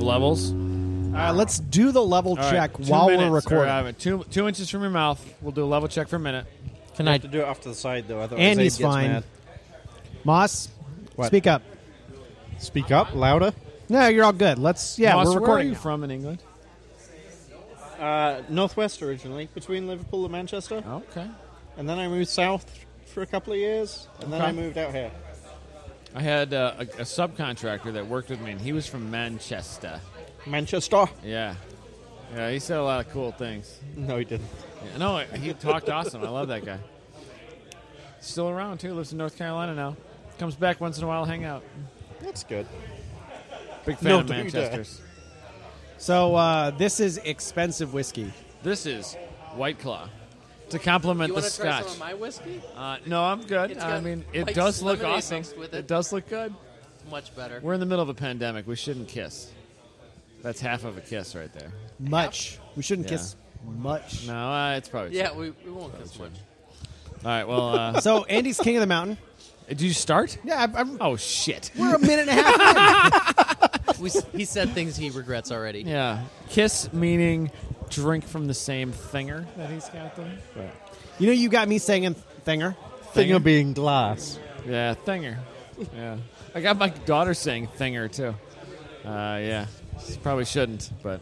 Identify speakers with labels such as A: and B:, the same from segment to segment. A: levels.
B: Uh, let's do the level
A: All right,
B: check
A: two
B: while
A: minutes,
B: we're recording.
A: or, uh, two, two inches from your mouth. We'll do a level check for a minute.
C: Can I?
D: have to do it off to the side though. Otherwise,
B: Andy's
D: Abe gets
B: fine.
D: mad.
B: Moss,
D: What?
B: speak up.
D: Speak up louder.
B: No, you're all good. Let's yeah,
A: Moss,
B: we're
A: Where are
B: recording.
A: you
B: now.
A: from in England?
D: Uh, Northwest originally, between Liverpool and Manchester,
A: Okay.
D: and then I moved south for a couple of years, and then
A: Okay.
D: I moved out here.
A: I had uh, a, a subcontractor that worked with me, and he was from Manchester.
D: Manchester?
A: Yeah. Yeah, he said a lot of cool things.
D: No, he didn't.
A: Yeah, no, he talked awesome. I love that guy. Still around, too. Lives in North Carolina now. Comes back once in a while, hang out.
D: That's good.
A: Big fan
D: No,
A: of
D: do that.
A: Manchester's.
B: So uh, this is expensive whiskey.
A: This is White Claw. To complement
C: You
A: the
C: want to try
A: scotch.
C: some of my whiskey?
A: uh, no, I'm good.
C: It's
A: I
C: got
A: mean, it
C: Mike's
A: does look
C: lemonade
A: awesome.
C: mixed with
A: it
C: it.
A: does look good.
C: Much better.
A: We're in the middle of a pandemic. We shouldn't kiss. That's half of a kiss right there.
B: Much. We shouldn't
A: Yeah.
B: kiss much.
A: No, uh, it's probably.
C: Yeah, we, we won't kiss much.
A: All right. Well, uh,
B: So Andy's king of the mountain.
A: did you start?
B: Yeah, I'm, I'm,
A: Oh shit.
B: we're a minute and a half. in.
C: We, s- he said things he regrets already.
A: Yeah. Kiss meaning drink from the same thinger that he's got there.
B: You know, you got me singing thinger.
D: Thing of being glass.
A: Yeah, thinger. Yeah. I got my daughter saying thinger too. Uh, yeah. She Probably shouldn't, but.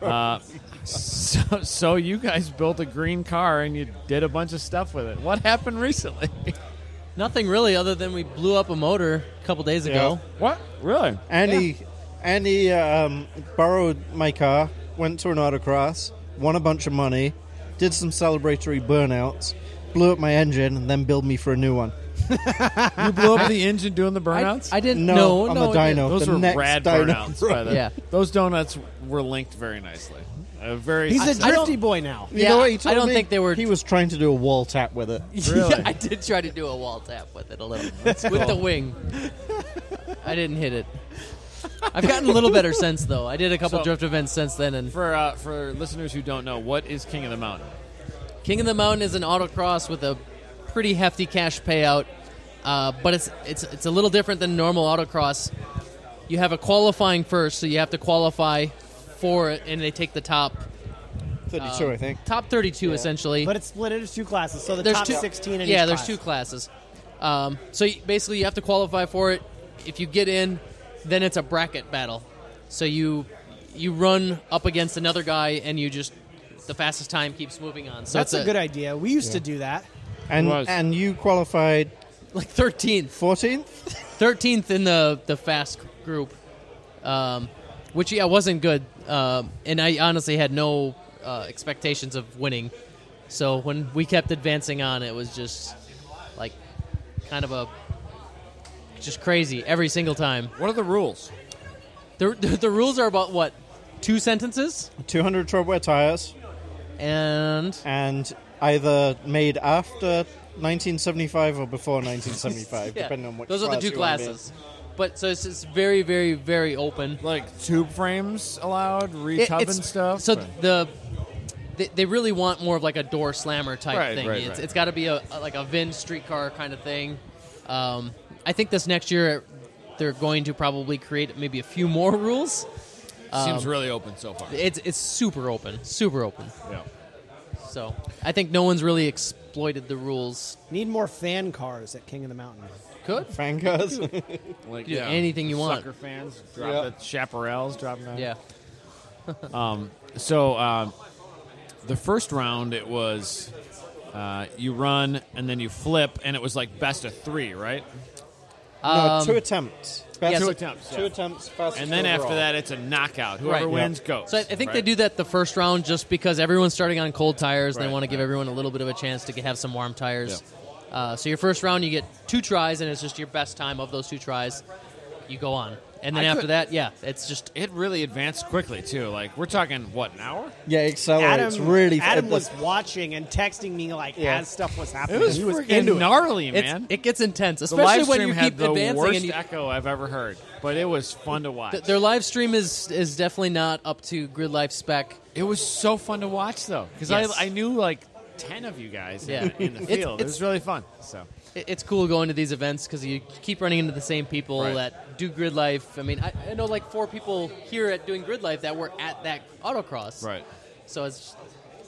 A: Uh, so, so you guys built a green car and you did a bunch of stuff with it. What happened recently?
C: Nothing really, other than we blew up a motor a couple days ago.
A: What? Really?
D: Andy, Andy um, borrowed my car, went to an autocross, won a bunch of money, did some celebratory burnouts, blew up my engine, and then billed me for a new one.
A: You blew up the engine doing the
C: I,
A: burnouts?
C: I didn't
D: No,
C: know.
D: on
C: no,
D: the
C: I didn't.
D: dyno.
A: those
D: the
A: were
D: next
A: rad
D: dyno.
A: burnouts. By the,
C: Yeah.
A: Those donuts were linked very nicely. A very
B: He's a
C: I don't-
B: drifty boy now.
D: You
C: Yeah,
D: know what he
C: I
D: told
C: don't
D: me?
C: think they were-
D: He was trying to do a wall tap with it.
A: Really?
C: I did try to do a wall tap with it a little, with the wing. I didn't hit it. I've gotten a little better since though. I did a couple
A: So-
C: drift events since then, and
A: for uh, for listeners who don't know, what is King of the Mountain?
C: King of the Mountain is an autocross with a pretty hefty cash payout, uh, but it's it's it's a little different than normal autocross. You have a qualifying first, so you have to qualify for it, and they take the top Oh.
D: 32, I think.
C: top thirty-two essentially.
B: But it's split into two classes, so the
C: there's
B: top
C: two,
B: 16 in
C: yeah,
B: each
C: there's
B: class.
C: two classes. Um, so you, basically, you have to qualify for it. If you get in, then it's a bracket battle. So you you run up against another guy, and you just the fastest time keeps moving on. So
B: That's
C: it's
B: a good idea. We used to do that.
D: And,
A: was.
D: and you qualified
C: like thirteenth.
D: 14th?
C: thirteenth in the the fast group, um, which yeah wasn't good, Um and I honestly had no uh, expectations of winning. So when we kept advancing on, it was just like kind of a just crazy every single time.
A: What are the rules?
C: The the, the rules are about what two sentences
D: 200 tread wear tires,
C: and
D: and either made after 1975 or before 1975,
C: yeah,
D: depending on which
C: those are the
D: class
C: two
D: you wanna be in.
C: classes. But so it's, it's very very very open.
A: Like tube frames allowed,
C: It-
A: retub
C: it's-
A: and stuff.
C: So the they, they really want more of like a door slammer type
A: Right,
C: thing.
A: right,
C: it's
A: right.
C: it's got to be a, a- like a Vin streetcar kind of thing. Um, I think this next year they're going to probably create maybe a few more rules. um,
A: seems really open so far.
C: It's it's super open, super open.
A: yeah.
C: So I think no one's really exploited the rules.
B: Need more fan cars at King of the Mountain.
C: Could
D: Fan cars.
A: Like
C: do anything you want.
A: Sucker fans, drop
D: Yeah.
A: the chaparrals, drop that.
C: yeah.
A: So um, the first round, it was uh, you run and then you flip, and it was like best of three, right?
D: no, two attempts. Best-
C: Two
A: attempts,
D: Two
A: yeah.
D: attempts. Fast
A: And then after
D: overall.
A: that, it's a knockout. Whoever
C: Right.
A: wins goes.
C: So I, I think they
A: right?
C: do that the first round just because everyone's starting on cold tires. and
A: Right,
C: They want to give
A: right.
C: everyone a little bit of a chance to get, have some warm tires. Uh, so your first round, you get two tries, and it's just your best time of those two tries. You go on, and then
A: I
C: after
A: could-
C: that, yeah, it's just
A: It really advanced quickly too. Like we're talking what an hour?
D: Yeah, it accelerates
B: Adam,
D: Oh, really
B: Adam
D: it
B: was watching and texting me like
D: Yeah.
B: as stuff was happening.
A: It was,
B: he was
A: freaking
B: into it.
A: gnarly,
C: it's,
A: man.
C: it gets intense,
A: the live
C: especially
A: stream
C: when you
A: had
C: keep
A: the
C: advancing.
A: worst
C: And you,
A: echo I've ever heard, but it was fun to watch.
C: th- their live stream is is definitely not up to grid life spec.
A: it was so fun to watch though, because
C: Yes.
A: I I knew like ten of you guys
C: Yeah.
A: in, in the
C: It's-
A: field. It
C: it's-
A: was really fun. So
C: It- It's cool going to these events because you keep running into the same people
A: Right.
C: that do grid life. I mean, I, I know like four people here at doing grid life that were at that autocross. So it's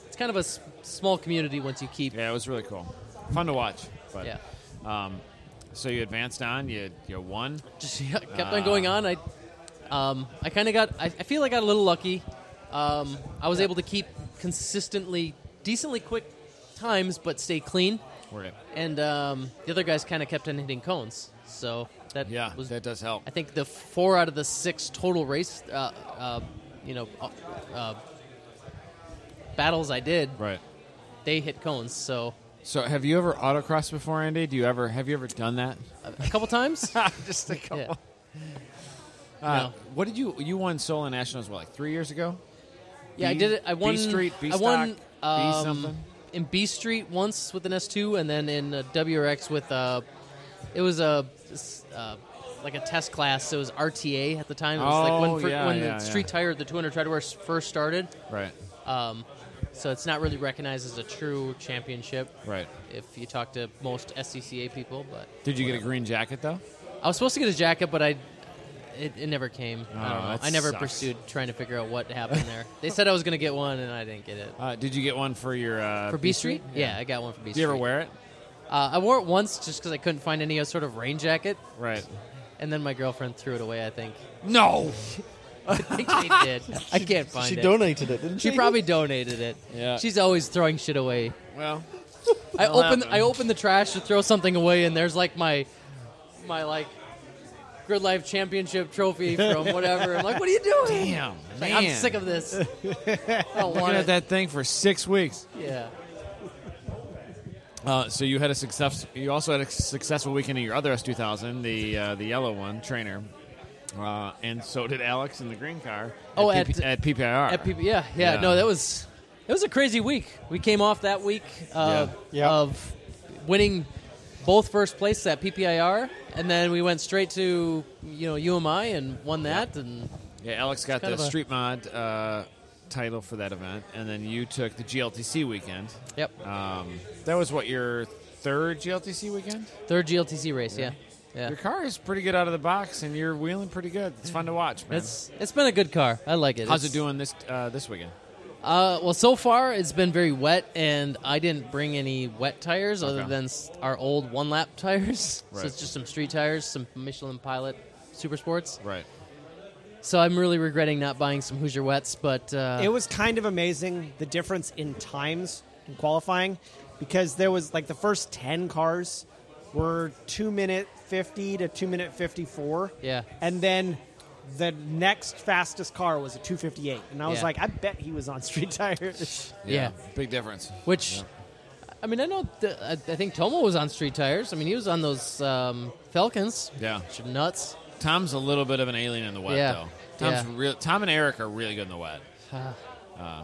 C: it's kind of a s- small community once you keep.
A: Yeah, it was really cool. Fun to watch. But
C: Yeah.
A: um, so you advanced on, you you won.
C: Just yeah, kept on going on. I um, I kind of got. I, I feel I got a little lucky. Um, I was able to keep consistently decently quick times, but stay clean.
A: Right.
C: And um, the other guys kind of kept on hitting cones. So that
A: Yeah,
C: was
A: that does help.
C: I think the four out of the six total race, uh, uh, you know, uh, uh, battles I did,
A: Right.
C: they hit cones. So
A: So have you ever autocrossed before, Andy? Do you ever have you ever done that?
C: a, a couple times.
A: Just a couple.
C: Yeah.
A: Uh,
C: No.
A: What did you you won Solon Nationals? What like three years ago?
C: yeah, I
A: B-
C: did it. I
A: B
C: won.
A: Street, B
C: I won
A: Stock, B
C: um,
A: something?
C: in B Street once with an S two, and then in uh, WRX with uh, it was a uh, like a test class. It was RTA at the time. It was like
A: Oh,
C: when, fir-
A: yeah,
C: when
A: yeah, yeah.
C: the street tire, the 200 Treadwear first started.
A: Right.
C: Um, so it's not really recognized as a true championship.
A: Right.
C: if you talk to most SCCA people. But
A: Did you get a green jacket though?
C: I was supposed to get a jacket, but I it, it never came. I don't
A: Oh,
C: know.
A: that
C: I never
A: sucks.
C: pursued trying to figure out what happened there. they said I was going to get one, and I didn't get it.
A: Uh, did you get one for your uh,
C: For B Street, yeah. I got one for B Street.
A: Do you ever wear it?
C: Uh, I wore it once just because I couldn't find any uh, sort of rain jacket,
A: Right.
C: and then my girlfriend threw it away. I think.
A: No.
C: I think she did. I can't find
D: She
C: it.
D: donated it, didn't she?
C: she probably donated it.
A: Yeah.
C: She's always throwing shit away.
A: Well,
C: I
A: It'll
C: open
A: happen.
C: I open the trash to throw something away, and there's like my my like grid life championship trophy from whatever. I'm like, what are you doing?
A: damn,
C: Like,
A: man.
C: I'm sick of this. I don't
A: looking
C: want
A: at
C: it.
A: that thing for six weeks.
C: Yeah.
A: Uh, so you had a success. You also had a successful weekend in your other S2000, the uh, the yellow one, trainer, uh, and so did Alex in the green car.
C: Oh,
A: at, PP
C: at-
A: at PPIR.
C: At PB yeah, yeah,
A: Yeah.
C: No, that was it was a crazy week. We came off that week uh,
D: Yeah. Yeah.
C: of winning both first place at PPIR, and then we went straight to you know UMI and won that, and
A: yeah, Alex got
C: kind
A: the
C: of a-
A: street mod uh, title for that event, and then you took the GLTC weekend.
C: yep,
A: Um, that was what your third GLTC weekend.
C: third GLTC race. Yeah, yeah.
A: Your car is pretty good out of the box, and you're wheeling pretty good. It's fun to watch, man.
C: It's it's been a good car. I like it.
A: How's
C: It's-
A: it doing this uh, this weekend?
C: Uh, well, so far it's been very wet, and I didn't bring any wet tires other
A: Okay.
C: than s- our old one lap tires.
A: Right.
C: So it's just some street tires, some Michelin Pilot Super Sports.
A: Right.
C: So I'm really regretting not buying some Hoosier Wets, but uh,
B: It was kind of amazing the difference in times in qualifying because there was like the first 10 cars were 2 minute 50 to 2 minute 54.
C: Yeah.
B: And then the next fastest car was a 258. And I was
C: Yeah.
B: like, I bet he was on street tires.
C: Yeah.
A: Big difference.
C: which I mean I know the, I, I think Tomo was on street tires. I mean he was on those um, Falcons.
A: Yeah.
C: which are nuts.
A: Tom's a little bit of an alien in the wet,
C: Yeah.
A: though. Tom's
C: Yeah.
A: real. Tom and Eric are really good in the wet. Uh,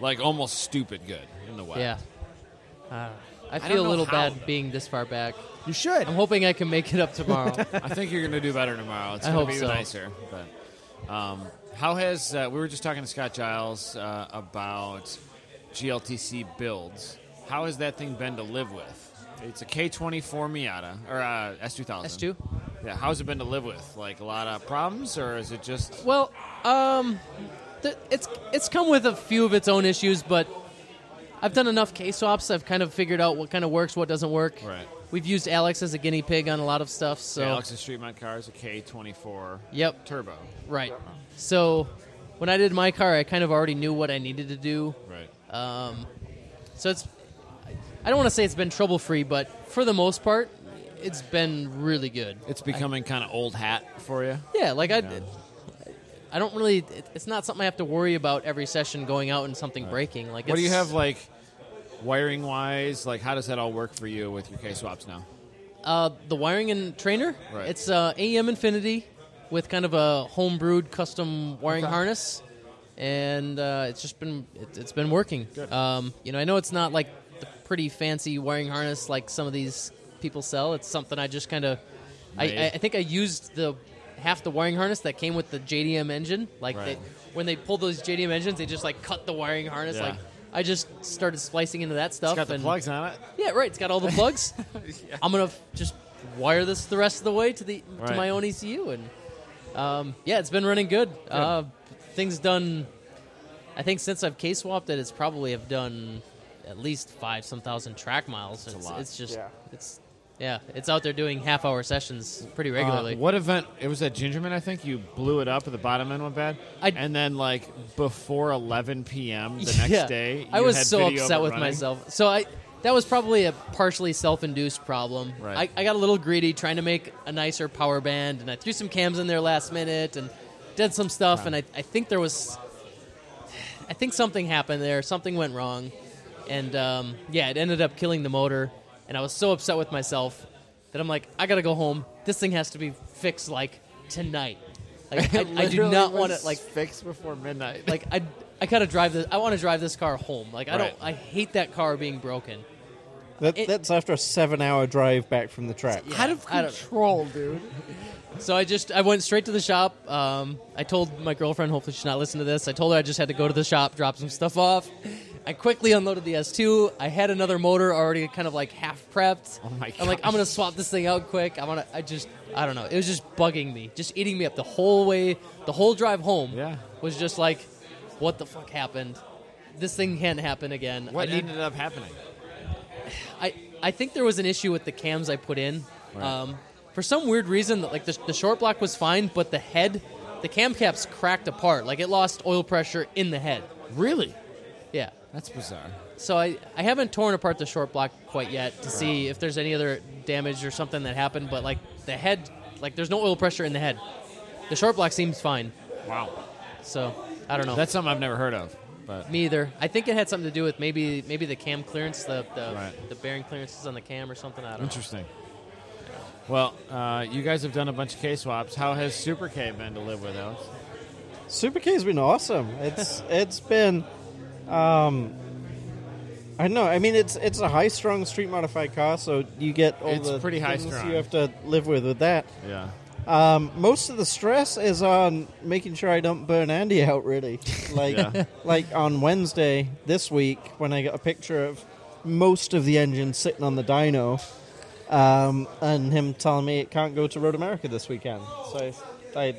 A: like almost stupid good in the wet.
C: Yeah. Uh, I
A: don't
C: feel a
A: know
C: little
A: how.
C: bad being this far back.
B: you should.
C: I'm hoping I can make it up tomorrow.
A: I think you're gonna do better tomorrow. It's
C: I
A: gonna
C: hope
A: be
C: so.
A: nicer. But um, how has uh, we were just talking to Scott Giles uh, about GLTC builds? How has that thing been to live with? It's a K24 Miata or uh, S2000.
C: S2?
A: Yeah. How's it been to live with? Like a lot of problems, or is it just
C: Well, um, th- it's it's come with a few of its own issues, but I've done enough case swaps. I've kind of figured out what kind of works, what doesn't work.
A: Right.
C: We've used Alex as a guinea pig on a lot of stuff. So
A: Alex's street mod car is a K24
C: Yep.
A: turbo?
C: right. So when I did my car, I kind of already knew what I needed to do.
A: Right.
C: Um, so it's I don't want to say it's been trouble free, but for the most part, it's been really good.
A: It's becoming kind of old hat for you.
C: Yeah, like I, I don't really. it- It's not something I have to worry about every session going out and something breaking. Like,
A: What do you
C: it's-
A: have like wiring wise? Like how does that all work for you with your K swaps now?
C: Uh, the wiring and trainer.
A: Right.
C: It's uh, AEM Infinity with kind of a homebrewed custom wiring
A: Okay.
C: harness, and uh, it's just been it, it's been working. Um, you know, I know it's not like the pretty fancy wiring harness like some of these people sell. It's something I just kind of. I,
A: Made.
C: I, I think I used the half the wiring harness that came with the JDM engine. Like
A: Right.
C: they, when they pull those JDM engines, they just like cut the wiring harness
A: Yeah.
C: like I just started splicing into that stuff.
A: It's got the
C: and
A: plugs on it. Uh,
C: Yeah, right. It's got all the plugs. I'm gonna f- just wire this the rest of the way to the to
A: Right.
C: my own ECU, and um, yeah, it's been running good. Uh, things done. I think since I've case swapped it, it's probably have done at least five some thousand track miles. it's,
A: lot.
C: it's just
D: Yeah.
C: it's yeah, it's out there doing half hour sessions pretty regularly.
A: Uh, what event? It was at Gingerman, I think. You blew it up, and the bottom end went bad.
C: I-
A: and then, like before 11 p.m. the next
C: Yeah.
A: day,
C: I
A: you
C: was
A: had
C: so
A: video of it
C: upset with
A: running.
C: myself. So I that was probably a partially self-induced problem.
A: Right.
C: I, I got a little greedy trying to make a nicer power band, and I threw some cams in there last minute and did some stuff. And I, I think there was, I think something happened there. Something went wrong, and um, yeah, it ended up killing the motor. And I was so upset with myself that I'm like, I gotta go home. This thing has to be fixed like tonight. Like I, I do
A: Literally
C: not
A: was
C: want to like
A: fixed before midnight.
C: like I I gotta drive this. I want to drive this car home. Like
A: Right.
C: I don't. I hate that car being broken.
D: That,
C: It-
D: that's after a seven-hour drive back from the track.
C: Yeah, I don't-
A: control, dude.
C: so I just I went straight to the shop. Um, I told my girlfriend, hopefully she's not listening to this. I told her I just had to go to the shop, drop some stuff off. I quickly unloaded the S2. I had another motor already kind of like half prepped.
A: Oh my
C: I'm like,
A: gosh.
C: I'm gonna swap this thing out quick. I wanna. I just I don't know. It was just bugging me, just eating me up the whole way, the whole drive home.
A: Yeah.
C: was just like, what the fuck happened? This thing can't happen again.
A: What
C: I need
A: ended up happening?
C: I, I think there was an issue with the cams I put in.
A: Right.
C: Um, for some weird reason, like the, the short block was fine, but the head, the cam caps cracked apart. Like it lost oil pressure in the head.
A: Really?
C: Yeah.
A: That's bizarre.
C: So I, I haven't torn apart the short block quite yet to see if there's any other damage or something that happened, but like the head, like there's no oil pressure in the head. The short block seems fine.
A: Wow.
C: So I don't know.
A: That's something I've never heard of. But
C: me either. I think it had something to do with maybe maybe the cam clearance, the the,
A: Right. Hmm.
C: the bearing clearances on the cam or something. I don't know.
A: interesting. Well, uh, you guys have done a bunch of K swaps. How has Super K been to live with those?
D: Super K's been awesome. It's it's been, um, I don't know. I mean, it's it's a high strung street modified car, so you get all
A: It's
D: the
A: pretty
D: things
A: high-strung.
D: you have to live with with that.
A: Yeah.
D: Um, most of the stress is on making sure I don't burn Andy out. Really, like
A: Yeah.
D: like on Wednesday this week when I got a picture of most of the engine sitting on the dyno, um, and him telling me it can't go to Road America this weekend. So I,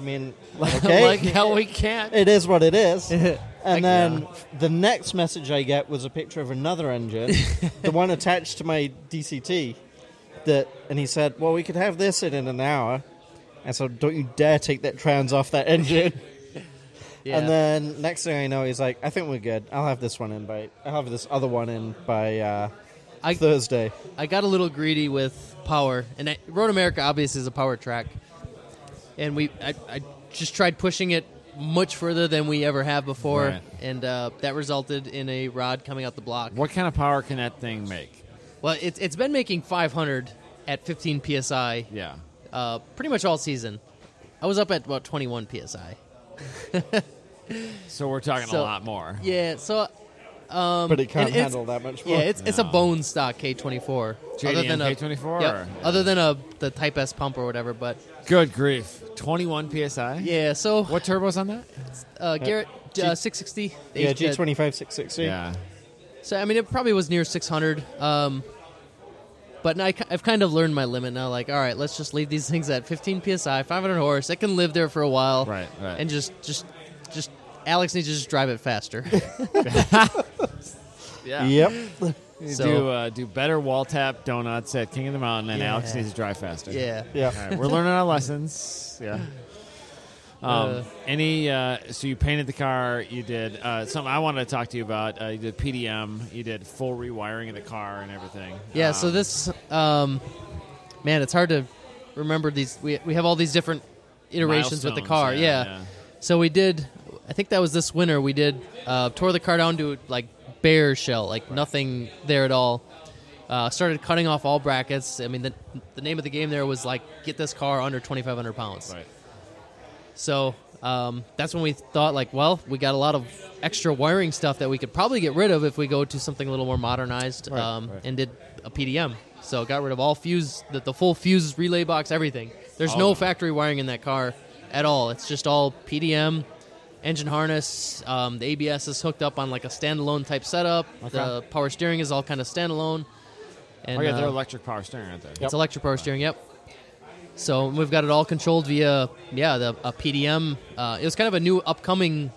D: mean, okay,
A: like hell, we can't.
D: it is what it is.
A: Like,
D: And then the next message I get was a picture of another engine, the one attached to my DCT. That and he said, "Well, we could have this in in an hour." And so, don't you dare take that trans off that engine.
C: Yeah.
D: And then next thing I know, he's like, "I think we're good. I'll have this one in by. I'll have this other one in by uh,
C: I-
D: Thursday."
C: I got a little greedy with power, and I, Road America obviously is a power track, and we I, I just tried pushing it much further than we ever have before,
A: Right.
C: and uh, that resulted in a rod coming out the block.
A: What kind of power can that thing make?
C: Well, it's it's been making 500 at 15 psi,
A: Yeah.
C: uh, pretty much all season. I was up at about 21 psi.
A: So we're talking a
C: So-
A: lot more.
C: Yeah, so
D: but it can't
C: Um, and it's-
D: handle that much more.
C: yeah, it's it's a
A: No.
C: bone stock K24.
A: JDM K24
C: yep,
A: or-
C: other than a the Type S pump or whatever, but
A: Good grief. 21 psi?
C: yeah. So
A: What turbo's on that?
C: uh, Garrett uh, 660. the
D: yeah,
C: H-
D: G twenty five six sixty.
A: Yeah.
C: So I mean, it probably was near 600. Um, but now I, ki- I've kind of learned my limit now. Like, all right, let's just leave these things at 15 psi, 500 horse. It can live there for a while,
A: Right, right.
C: And just, just, just Alex needs to just drive it faster.
A: Yeah.
D: Yep.
C: So-
A: do uh, do better wall tap donuts at King of the Mountain, and
C: Yeah.
A: Alex needs to drive faster.
C: yeah.
D: Yeah.
A: All right, we're learning our lessons. Yeah. Um,
C: Uh,
A: any uh, so you painted the car. You did uh, something I wanted to talk to you about. Uh, you did PDM. You did full rewiring of the car and everything.
C: Yeah,
A: Um,
C: so this um man, it's hard to remember these we we have all these different iterations with the
A: Milestones,
C: car.
A: yeah,
C: Yeah.
A: yeah.
C: So we did I think that was this winter we did uh tore the car down to like bare shell, like nothing there at all. Uh, started cutting off all brackets. I mean, the, the name of the game there was like get this car under 2,500 pounds.
A: right.
C: So um, that's when we thought, like, well, we got a lot of extra wiring stuff that we could probably get rid of if we go to something a little more modernized um,
A: right.
C: and did a PDM. So got rid of all fuse, the, the full fuse relay box, everything. There's
A: All
C: no
A: of it.
C: factory wiring in that car at all. It's just all PDM, engine harness. Um, the ABS is hooked up on like a standalone type setup. The power steering is all kind of standalone. And,
A: Oh yeah, they're
C: uh,
A: electric power steering, aren't they?
C: It's electric power steering. Yep. So we've got it all controlled via yeah the a PDM. Uh, it was kind of a new upcoming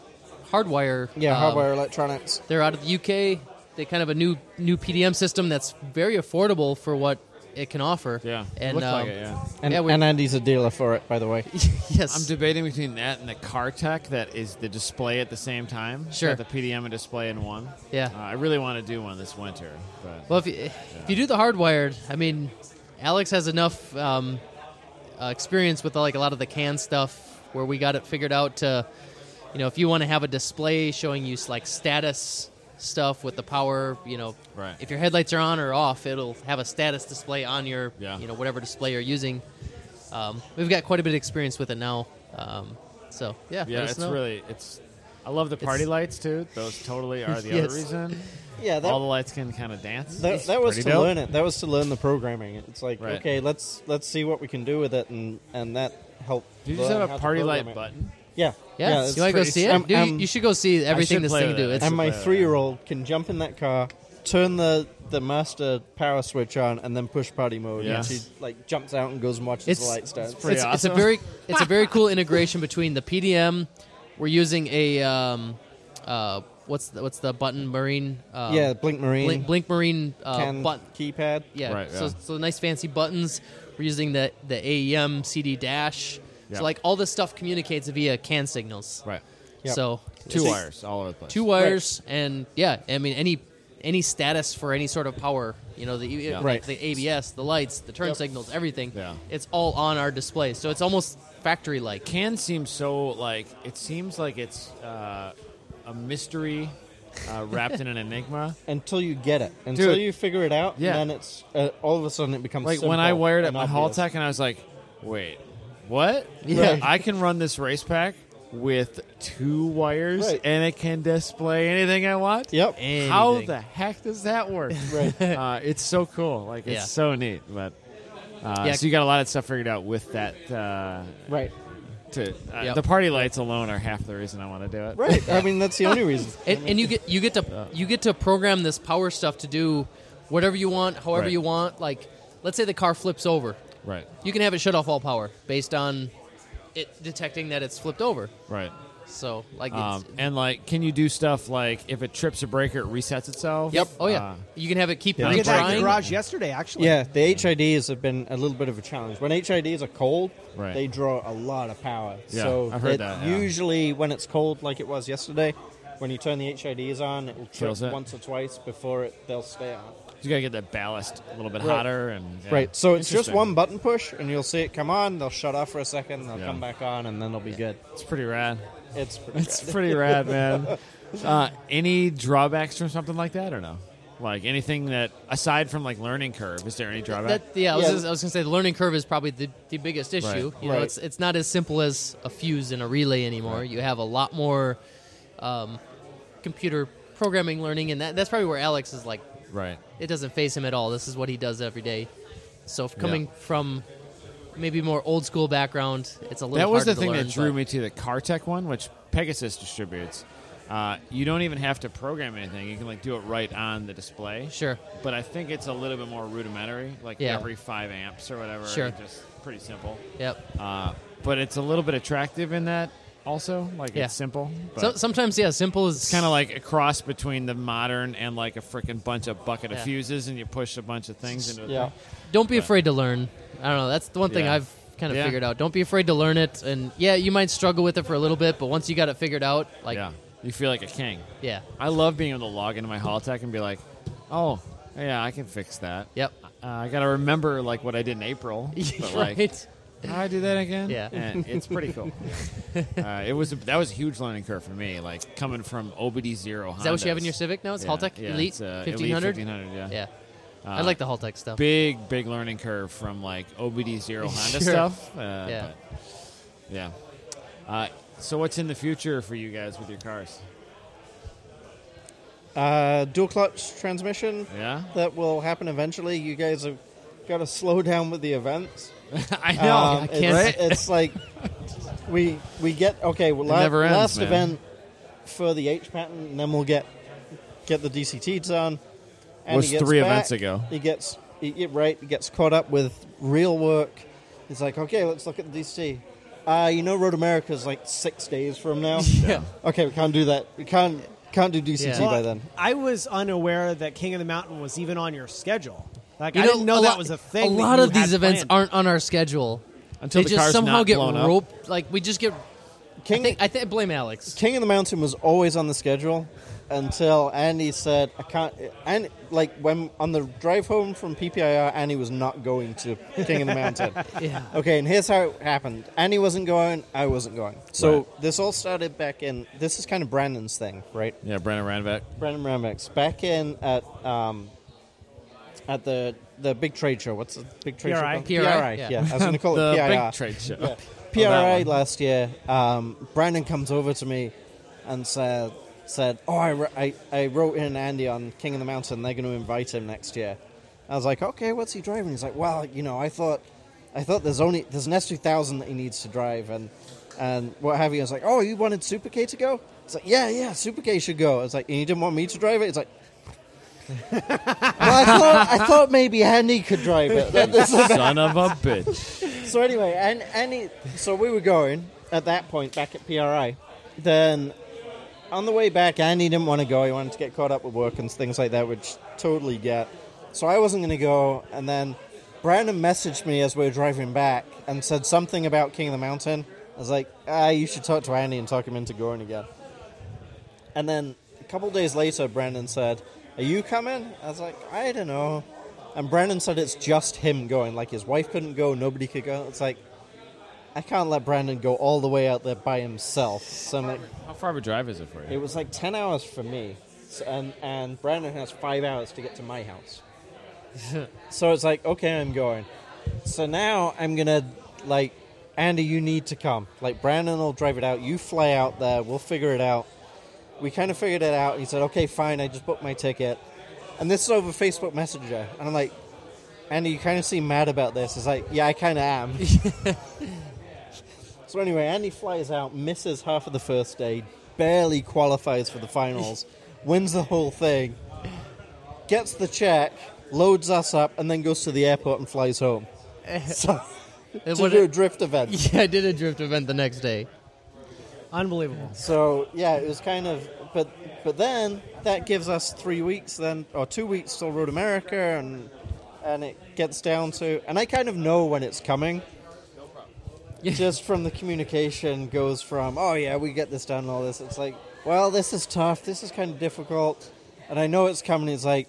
C: hardwire.
D: Yeah,
C: um,
D: hardware electronics.
C: They're out of the UK. They kind of a new new PDM system that's very affordable for what it can offer.
A: Yeah,
C: and
A: looks like
C: um,
A: it. Yeah.
D: And,
C: yeah, we-
D: and Andy's a dealer for it, by the way.
C: yes,
A: I'm debating between that and the car tech that is the display at the same time. It's
C: Sure.
A: got the PDM and display in one.
C: Yeah.
A: Uh, I really want to do one this winter, but
C: Well, if you, if you do the hardwired, I mean, Alex has enough um, uh, experience with like a lot of the can stuff where we got it figured out to, you know, if you want to have a display showing you like status stuff with the power, you know,
A: Right.
C: if your headlights are on or off, it'll have a status display on your,
A: Yeah.
C: you know, whatever display you're using. Um, we've got quite a bit of experience with it now. Um, so, yeah.
A: yeah,
C: let us
A: it's
C: know.
A: really it's. I love the party
C: It's-
A: lights too. Those totally are the
C: Yes.
A: other reason.
D: Yeah,
A: All
D: that,
A: the lights can kind of dance.
D: that, that was to
A: pretty dope.
D: learn it. That was to learn the programming. It's like,
A: Right.
D: okay, let's let's see what we can do with it, and and that helped.
A: Do you just
D: learn
A: have
D: how
A: a
D: to
A: party
D: program
A: light
D: it.
A: button?
D: Yeah,
C: Yeah,
D: it's
C: you want to go
D: pretty- um,
C: see it?
D: I'm-
C: Dude, you-
D: I'm-
C: you should go see everything
A: should
C: this
A: play
C: thing
A: with
C: can do.
A: it.
C: It's
D: and my
A: play with it.
D: three-year-old can jump in that car, turn the the master power switch on, and then push party mode.
A: Yeah.
D: And she like jumps out and goes and watches the lights dance.
A: pretty
C: it's, it's a
A: awesome.
C: very it's a very cool integration between the PDM. We're using a um, uh, what's the, what's the button marine? Um,
D: yeah, Blink Marine
C: Blink, Blink Marine uh,
D: can
C: button.
D: keypad.
C: Yeah.
A: Right,
C: so
A: yeah.
C: so nice fancy buttons. We're using the the E AEM CD dash.
A: Yeah.
C: So like all this stuff communicates via CAN signals.
A: Right.
D: Yep.
C: So
A: Two
C: it's-
A: wires all over the place.
C: two wires, and yeah, I mean any any status for any sort of power, you know, the E,
D: Right.
C: the ABS, the lights, the turn signals, everything.
A: Yeah.
C: It's all on our display, so it's almost factory like.
A: can seem so like it seems like it's uh, a mystery uh, wrapped in an enigma.
D: Until you get it, until
A: Dude.
D: you figure it out,
A: Yeah.
D: and then it's uh, all of a sudden it becomes
A: Like when
D: simple
A: I wired up
D: and
A: my
D: obvious.
A: Halltech, and I was like, "Wait, what?
D: Yeah. Right.
A: I can run this race pack with two wires,
D: Right.
A: and it can display anything I want.
D: Yep.
A: How
C: Anything.
A: the heck does that work?
D: Right.
A: uh, it's so cool. Like it's
C: Yeah.
A: so neat. But uh,
C: Yeah.
A: so you got a lot of stuff figured out with that. Uh,
D: Right.
A: to uh,
C: Yeah.
A: the party lights alone are half the reason I want to do it.
D: Right. I mean, that's the only reason.
C: And, and you get you get to you get to program this power stuff to do whatever you want, however
A: Right.
C: you want. Like, let's say the car flips over,
A: Right.
C: you can have it shut off all power based on it detecting that it's flipped over.
A: Right.
C: So like,
A: Um,
C: it's,
A: and like, can you do stuff like if it trips a breaker, it resets itself?
C: yep. Oh yeah,
A: Uh,
C: you can have it keep
D: Yeah.
B: We
D: I'm
B: did that in the
C: trying.
B: garage yesterday, actually.
D: Yeah, the HIDs have been a little bit of a challenge. When HIDs are cold,
A: Right.
D: they draw a lot of power.
A: Yeah,
D: so
A: I've heard
D: it-
A: that, yeah.
D: Usually, when it's cold, like it was yesterday, when you turn the HIDs on, it will trip
A: Kills it.
D: once or twice before it they'll stay on.
A: you gotta get that ballast a little bit
D: Right.
A: hotter and yeah.
D: Right. So it's just
A: Interesting.
D: one button push, and you'll see it come on. They'll shut off for a second. They'll
A: Yeah.
D: come back on, and then they'll be good.
A: It's pretty rad.
D: It's pretty
A: It's
D: good.
A: pretty rad, man. Uh, any drawbacks from something like that or no? Like anything that aside from like learning curve, is there any drawback?
C: That, yeah, I was,
D: Yeah.
C: just- I was gonna say the learning curve is probably the, the biggest issue.
A: Right.
C: You know,
D: Right.
C: it's it's not as simple as a fuse and a relay anymore. You have a lot more um, computer programming learning, and that, that's probably where Alex is like,
A: right.
C: it doesn't phase him at all. This is what he does every day. So if coming from maybe more old school background, it's a little.
A: That was
C: harder
A: the
C: to
A: thing
C: learn,
A: that drew
C: but-
A: me to the CarTech one, which Pegasus distributes. Uh, you don't even have to program anything; you can like do it right on the display.
C: Sure.
A: But I think it's a little bit more rudimentary, like
C: Yeah.
A: every five amps or whatever.
C: Sure.
A: Just pretty simple.
C: Yep.
A: Uh, but it's a little bit attractive in that also. Like
C: Yeah.
A: it's simple. But
C: So, sometimes, yeah, simple is
A: it's kind of like a cross between the modern and like a freaking bunch of bucket
C: Yeah.
A: of fuses, and you push a bunch of things into. a
D: Yeah.
A: thing.
C: Don't be afraid to learn. I don't know. That's the one thing
A: Yeah.
C: I've kind of
A: Yeah.
C: figured out. Don't be afraid to learn it. And yeah, you might struggle with it for a little bit, but once you got it figured out, like,
A: yeah.
C: yeah.
A: You feel like a king. I love being able to log into my Holotech and be like, oh, yeah, I can fix that.
C: Yep.
A: Uh, I got to remember like what I did in April. But, like,
C: right.
A: How I do that again?
C: Yeah.
A: And it's pretty cool. uh, it was a, that was a huge learning curve for me. Like coming from OBD zero.
C: Is that what you have in your Civic now? It's Haltech Elite
A: uh, fifteen
C: 1500?
A: hundred. Yeah.
C: Yeah. I like the Haltech stuff.
A: Big big learning curve from like OBD zero Honda
C: Sure.
A: stuff. Uh,
C: Yeah.
A: but, yeah. Uh, so what's in the future for you guys with your cars?
D: Uh, dual clutch transmission.
A: Yeah.
D: That will happen eventually. You guys have got to slow down with the events.
A: I know.
D: Um,
C: I
D: it's,
C: can't-
D: it's like we we get okay. Well, la-
A: never ends,
D: last
A: man.
D: event for the H pattern, and then we'll get get the DCT done. And
A: Was
D: he gets
A: three
D: back,
A: events ago.
D: He gets he, he- right. He gets caught up with real work. He's like, okay, let's look at the DCT. Uh, you know, Road America is like six days from now.
C: Yeah.
D: Okay, we can't do that. We can't can't do DCT
C: Yeah.
D: by then.
B: I was unaware that King of the Mountain was even on your schedule. Like
C: You
B: I didn't know
C: a
B: that
C: lot-
B: was a thing.
C: A
B: that
C: lot
B: you
C: of these
B: had
C: events
B: planned.
C: aren't on our schedule.
A: Until
C: they
A: the
C: just
A: car's
C: somehow
A: not
C: get
A: blown up.
C: roped. Like we just get. I
D: King
C: think I think blame Alex.
D: King of the Mountain was always on the schedule until Andy said, "I can't." And like when on the drive home from PPIR, Andy was not going to King of the Mountain.
C: Yeah.
D: Okay, and here's how it happened: Andy wasn't going, I wasn't going. So
A: Right.
D: this all started back in. This is kind of Brandon's thing, right?
A: Yeah, Brandon Ranvac.
D: Brandon Ramex back in at um, at the the big trade show. What's the big trade
B: PRI?
D: show? called?
C: PRI,
D: Yeah.
C: yeah.
D: I was going to call
A: The
D: it PIR.
A: big trade show.
D: PRI
A: one.
D: last year, um, Brandon comes over to me and said, said Oh, I, wr- I, I wrote in Andy on King of the Mountain. They're going to invite him next year. I was like, Okay, what's he driving? He's like, Well, you know, I thought I thought there's only there's an S2000 that he needs to drive and, and what have you. I was like, Oh, you wanted Super K to go? It's like, Yeah, yeah, Super K should go. I was like, And you didn't want me to drive it? It's like, well, I thought I thought maybe Andy could drive it. This is-
A: Son of a bitch.
D: so anyway, and any so we were going at that point back at PRI. Then on the way back, Andy didn't want to go. He wanted to get caught up with work and things like that, which totally get. So I wasn't going to go. And then Brandon messaged me as we were driving back and said something about King of the Mountain. I was like, ah, you should talk to Andy and talk him into going again. And then a couple days later, Brandon said, "Are you coming?" I was like, "I don't know." And Brandon said it's just him going. Like his wife couldn't go, nobody could go. It's like I can't let Brandon go all the way out there by himself. So I'm like,
A: How far of a drive is it for
D: it
A: you?
D: was like ten hours for me, so, and and Brandon has five hours to get to my house. so it's like, okay, I'm going. So now I'm gonna like, Andy, you need to come. Like Brandon will drive it out. You fly out there. We'll figure it out. We kind of figured it out. and He said, okay, fine. I just booked my ticket, and this is over Facebook Messenger. And I'm like, Andy, you kind of seem mad about this. It's like, yeah, I kind of am. So anyway, Andy flies out, misses half of the first day, barely qualifies for the finals, wins the whole thing, gets the check, loads us up, and then goes to the airport and flies home. So,
C: It
D: to
C: would-
D: do a drift event.
C: yeah, I did a drift event the next day.
B: unbelievable.
D: So yeah, it was kind of, but but then that gives us three weeks, then or two weeks till Road America, and and it gets down to, and I kind of know when it's coming. just from the communication goes from oh yeah we get this done and all this it's like well this is tough this is kind of difficult and i know it's coming it's like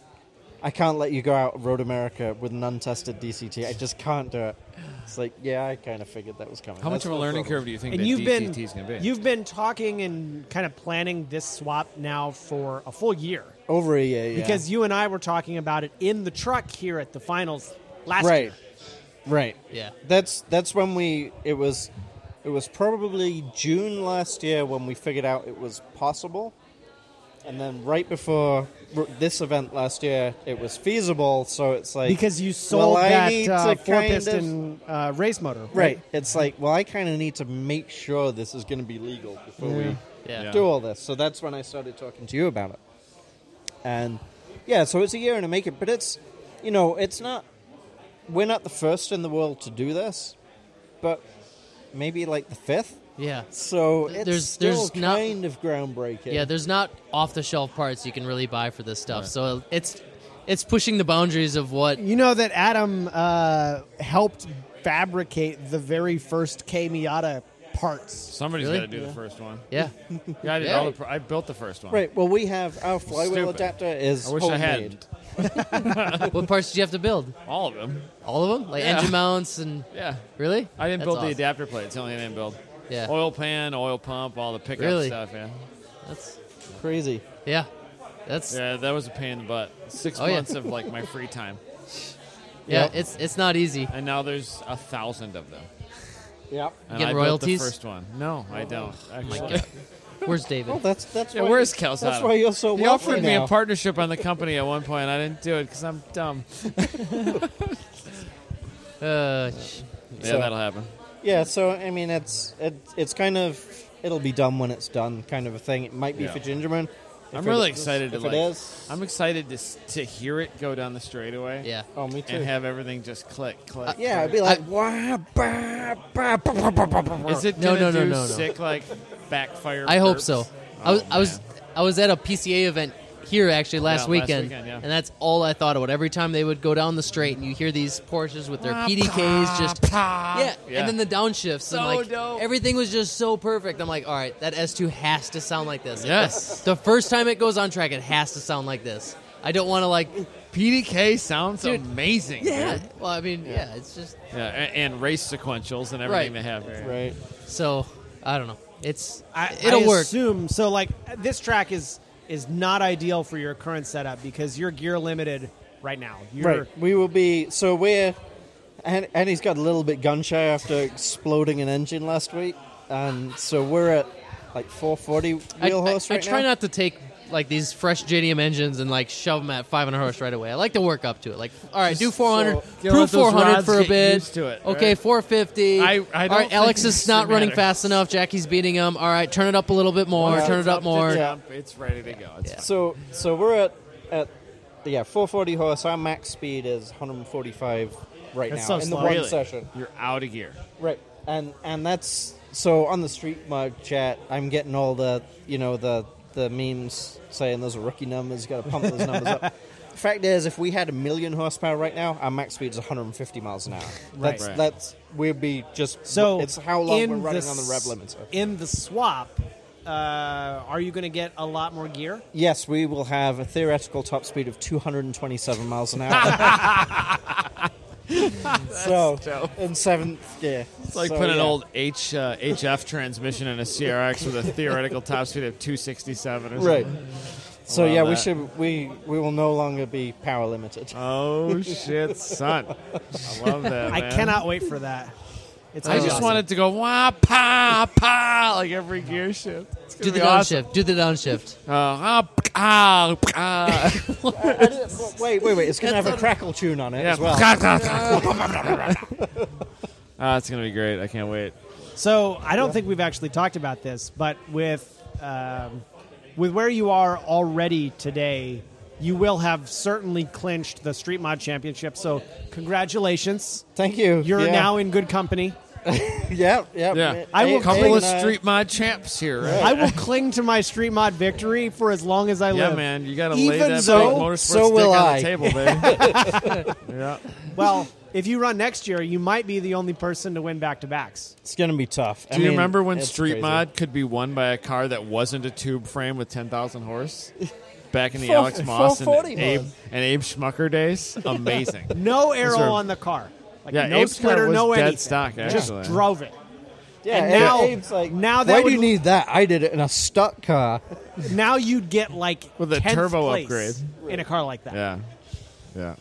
D: i can't let you go out road america with an untested dct i just can't do it it's like yeah i kind of figured that was coming
A: How much
D: That's
A: of a
D: no
A: learning
D: problem.
A: curve do you think
B: And
A: that
B: you've been
A: DCT is going to be?
B: you've been talking and kind of planning this swap now for a full year
D: over a year yeah.
B: because you and I were talking about it in the truck here at the finals last
D: right
B: year.
D: right
C: Yeah.
D: that's that's when we it was it was probably June last year when we figured out it was possible, and then right before r- this event last year, it was feasible. So it's like
B: Because you
D: well,
B: sold
D: I
B: that
D: need
B: uh,
D: to
B: four
D: kind of-
B: piston uh, race motor,
D: right. It's like well, I kind of need to make sure this is going to be legal before we
C: Yeah.
A: Yeah.
D: do all this. So that's when I started talking to you about it. And yeah, so it's a year and a make it, but it's you know, it's not we're not the first in the world to do this, but maybe like the fifth.
C: Yeah.
D: So it's
C: There's-
D: still
C: there's not-
D: kind of groundbreaking.
C: Yeah, there's not off the shelf parts you can really buy for this stuff. So it's it's pushing the boundaries of what
B: You know that Adam uh, helped fabricate the very first K Miata parts.
A: Somebody's
C: Really?
A: got to do the first one.
C: yeah.
A: Yeah, I, did
C: Yeah.
A: all the pro- I built the first one.
D: right. Well, we have our flywheel
A: Stupid.
D: adapter is
A: I wish I
D: homemade.
A: had
C: what parts did you have to build?
A: all of them.
C: All of them? Like
A: Yeah.
C: engine mounts and
A: Yeah.
C: really?
A: I didn't
C: That's
A: build the
C: awesome.
A: adapter plate. It's the only thing I didn't build.
C: Yeah.
A: Oil pan, oil pump, all the pickup
C: Really?
A: stuff. Yeah.
C: That's
D: Crazy.
C: yeah. That's yeah.
A: Yeah, that was a pain in the butt. Six
C: Oh, yeah.
A: months of like my free time,
D: Yep.
C: It's it's not easy.
A: and now there's a thousand of them.
D: Yep.
A: And
C: Get
A: I
C: royalties? Oh
A: Built the first one. No, I don't. Actually.
C: Where's David?
D: Well, that's that's
A: Yeah,
D: why
A: where's Calzada?
D: That's why you're so
A: He
D: wealthy
A: offered me
D: now.
A: a partnership on the company at one point. I didn't do it because I'm dumb.
C: Uh, sh-
A: Oh.
C: Uh,
A: Yeah, that'll happen.
D: Yeah, so I mean, it's it, it's kind of it'll be done when it's done, kind of a thing. It might be
A: Yeah.
D: for Gingerman.
A: I'm
D: If it
A: really
D: is-
A: excited to
D: if
A: like.
D: it is.
A: I'm excited to s- to hear it go down the straightaway.
C: Yeah. Uh,
D: oh, me too.
A: and have everything just click click.
D: yeah, I'd be like, wah, bah, bah, bah, bah, bah, bah, bah, bah."
A: Is it
C: No,
A: gonna
C: no, no,
A: do
C: no, no.
A: sick like backfire?
C: I hope
A: burps?
C: so. I
A: Oh,
C: was I was
A: man.
C: I was at a PCA event here actually last
A: last
C: weekend,
A: weekend, yeah.
C: and that's all I thought about. Every time they would go down the straight, and you hear these Porsches with their
A: Ah,
C: PDKs just
B: Um,
C: yeah,
A: Yeah.
C: and then the downshifts. So and
A: So
C: like,
A: dope.
C: Everything was just so perfect. I'm like, all right, that S2 has to sound like this. Like,
A: Yes.
C: the first time it goes on track, it has to sound like this. I don't want to like
A: PDK sounds
C: Dude.
A: amazing.
C: yeah.
A: dude.
C: Well, I mean, yeah, it's just
A: yeah, a- and, race sequentials and everything
C: Right.
A: they have.
D: right.
C: so I don't know. It's
B: I,
C: it'll
B: I
C: work.
B: assume so. Like this track is is not ideal for your current setup because you're gear limited right now. You're,
D: Right. We will be. So we're. And, and he's got a little bit gun shy after exploding an engine last week. And so we're at like 440 wheel
C: I, I-
D: horse
C: I
D: right
C: try
D: now.
C: not to take like these fresh JDM engines and like shove them at 500 horse right away. I like to work up to it. Like, all right, do
D: so-
C: 400,
A: Yeah, let
C: prove
A: those
C: 400
A: rods
C: for a
A: get
C: bit.
A: used to it,
C: okay,
A: right?
C: 450.
A: I- I
C: all
A: don't
C: right,
A: think
C: Alex
A: it
C: is not
A: should
C: running
A: matter.
C: fast enough. Jackie's beating him. All right, turn it up a little bit more. turn it up more.
D: Yeah.
A: It's ready to go. It's
C: Yeah.
D: So so we're at at yeah 440 horse. Our max speed is 145 right
B: That's
D: now
B: so
D: in the
B: slow.
D: one
A: Really,
D: session.
A: you're out of gear.
D: Right, and and that's so on the street mug chat. I'm getting all the you know the the memes saying those are rookie numbers. Got to pump those numbers up. Fact is, if we had a million horsepower right now, our max speed is 150 miles an hour.
B: Right.
D: That's
A: Right.
D: that's we'd be just
B: So
D: It's how long
B: in
D: we're running
B: the
D: on the rev
B: s-
D: limiter.
B: In the swap, uh, are you going to get a lot more gear?
D: Yes, we will have a theoretical top speed of 227 miles an hour. so in seventh gear,
A: It's like putting an old H uh, HF transmission in a CRX with a theoretical top speed of 267 or something.
D: right. So yeah, we
A: that.
D: should we we will no longer be power limited.
A: Oh shit, son! I love that.
B: I
A: man.
B: cannot wait for that. It's
A: I
B: gonna be
A: just
B: awesome.
A: wanted to go wah pa pa like every gear shift. It's gonna
C: Do the
A: be awesome.
C: downshift. Do the downshift.
A: Uh, ah, p- ah, p- ah.
D: wait, wait, wait! It's gonna have a crackle tune on it as well.
A: Ah, it's gonna be great. I can't wait.
B: So I don't think we've actually talked about this, but with um, with where you are already today, you will have certainly clinched the Street Mod Championship. So congratulations,
D: Thank you.
B: you're
D: yeah.
B: now in good company.
D: Yep, yep.
A: Yeah,
B: I will
A: a couple
B: cling-
A: of street mod champs here. Right?
B: I will cling to my Street Mod victory for as long as I
A: Yeah,
B: live.
A: man, you gotta lay
B: Even
A: that
B: so-
A: big motorsport
D: so
A: stick
D: will
A: on
D: I.
A: the table, baby. yeah,
B: Well, if you run next year, you might be the only person to win back to backs.
D: It's gonna be tough.
A: Do you remember when Street Mod could be won by a car that wasn't a tube frame with 10,000 horse? Back in the
D: Four-
A: Alex Moss and
D: 440
A: Abe,
D: was.
A: and Abe Schmucker days? Amazing.
B: No arrow
A: are-
B: on the car. Like
A: Yeah,
B: no
A: Abe's car
B: splitter,
A: was
B: no
A: dead
B: anything.
A: stock,
B: Just
A: actually.
B: drove it.
D: Yeah,
B: and
D: Abe-
B: now-
D: Abe's like,
B: now that
D: why do you
B: would-
D: need that? I did it in a stock car.
B: Now you'd get like
A: With a
B: 10th
A: turbo
B: place
A: upgrade.
B: in a car like that.
A: Yeah. Yeah.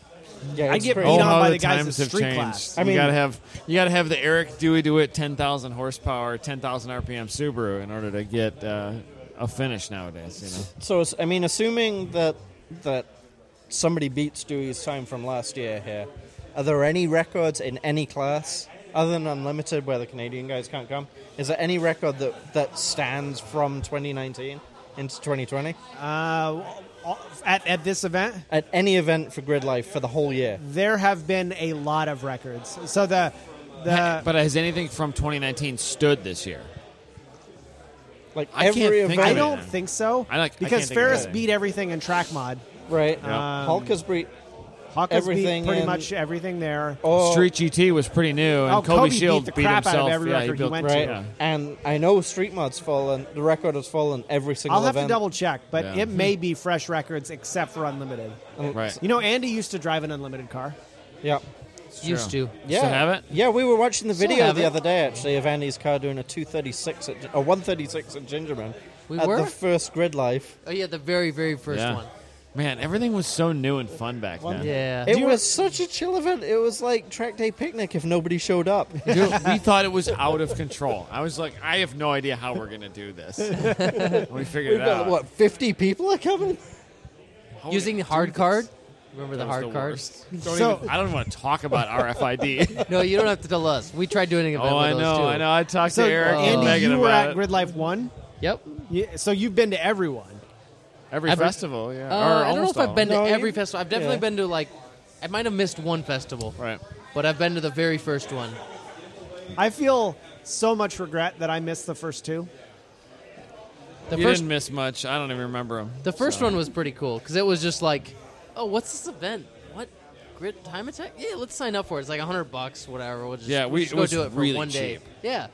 D: Yeah,
B: I
D: it's
B: get
D: pretty-
B: beat
A: oh,
B: on
A: how
B: by
A: the,
B: the guys
A: times
B: at
A: have
B: Street
A: changed.
B: Class.
D: I mean-
A: you gotta have you gotta have the Eric Dewey DeWitt 10,000 horsepower, 10,000 RPM Subaru in order to get uh, a finish nowadays. You know,
D: So it's- I mean, assuming that that somebody beats Dewey's time from last year here, are there any records in any class other than unlimited where the Canadian guys can't come? Is there any record that that stands from 2019 into 2020
B: Uh, all- at, at this event,
D: at any event for Grid Life for the whole year?
B: there have been a lot of records. So the the
A: but has anything from 2019 stood this year?
D: Like
A: I can't
D: every
A: think
D: event,
A: of
B: I
A: it.
B: don't think so.
A: I like- I can't
B: because
A: think of
B: Ferris
A: anything.
B: beat everything in track mod.
D: right?
A: Yeah. Um,
D: Hulker's beat.
B: Hawkins
D: Everything
B: beat pretty
D: in-
B: much everything there.
D: Oh,
A: Street GT was pretty new, and
B: Oh, Kobe
A: Kobe
B: beat
A: Shield
B: the crap out of
A: himself.
B: every
A: yeah,
B: record he
A: built-
B: went to.
D: Right,
A: Yeah.
D: and I know Street Mod's fallen. The record has fallen every single
B: I'll have
D: event.
B: to double check, but
A: Yeah.
B: it may be fresh records except for unlimited.
A: Right.
B: You know, Andy used to drive an unlimited car.
D: Yeah.
C: Used to.
D: Yeah.
A: Still have it?
D: Yeah, we were watching the video
C: have
D: the
C: it.
D: other day actually of Andy's car doing a 236 at, a 136 at Gingerman.
C: We
D: at
C: were?
D: the first grid life.
C: Oh yeah, the very very first
A: Yeah.
C: one.
A: Man, everything was so new and fun back then.
C: Yeah.
D: It was such a chill event. It was like track day picnic if nobody showed up.
A: Dude, we thought it was out of control. I was like, I have no idea how we're gonna do this. we figured
D: We've
A: it out.
D: got what 50 people are coming.
A: How are we
C: Using
A: gonna
C: the
A: do
C: hard
A: this?
C: card.
E: Remember the
A: That was
E: hard
A: the
E: cards?
A: worst. Don't
B: So-
A: even, I don't want to talk about RFID.
E: No, you don't have to tell us. We tried doing an event
A: oh,
E: with
A: I
E: those
A: know,
E: too.
A: I know. I talked
B: So,
A: to Eric and
B: Andy,
A: Megan
B: you were
A: about
B: at
A: it.
B: Grid Life One.
E: Yep.
B: Yeah, so you've been to everyone.
A: Every
E: I've been-
A: festival, yeah.
C: Uh,
A: or
C: I don't know
A: almost
C: if I've
A: all.
C: been
D: No,
C: to
D: you-
C: every festival. I've definitely
D: yeah.
C: been to like, I might have missed one festival,
A: Right.
C: but I've been to the very first one.
B: I feel so much regret that I missed the first two.
C: The
A: you did
C: first,
A: didn't miss much. I don't even remember them.
C: the first one was pretty cool because it was just like, oh, what's this event? What grid time attack? Yeah, let's sign up for it. It's like hundred bucks, whatever. We'll just
A: Yeah,
C: we'll
A: we-
C: just
A: it
C: go
A: was
C: do it for
A: really
C: one day.
A: cheap.
C: Yeah.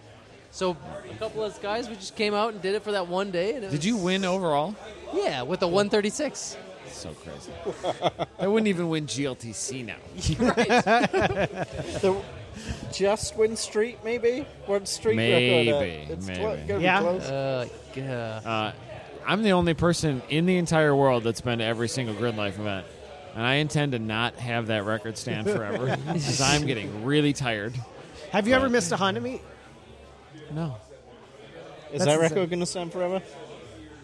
C: So a couple of us guys, we just came out and did it for that one day. And it
A: Did
C: was-
A: you win overall?
C: Yeah, with a one thirty six.
A: So crazy. I wouldn't even win GLTC now.
D: The, just win street, maybe? What street record?
A: Maybe,
D: Uh, it's
A: maybe.
D: clo- gonna
B: Yeah.
D: be close.
C: Uh, yeah.
A: Uh, I'm the only person in the entire world that's been to every single Grid Life event. And I intend to not have that record stand forever because I'm getting really tired.
B: Have you ever missed a Honda meet?
A: No.
B: that's
D: Is that record
B: insane.
D: going to stand forever?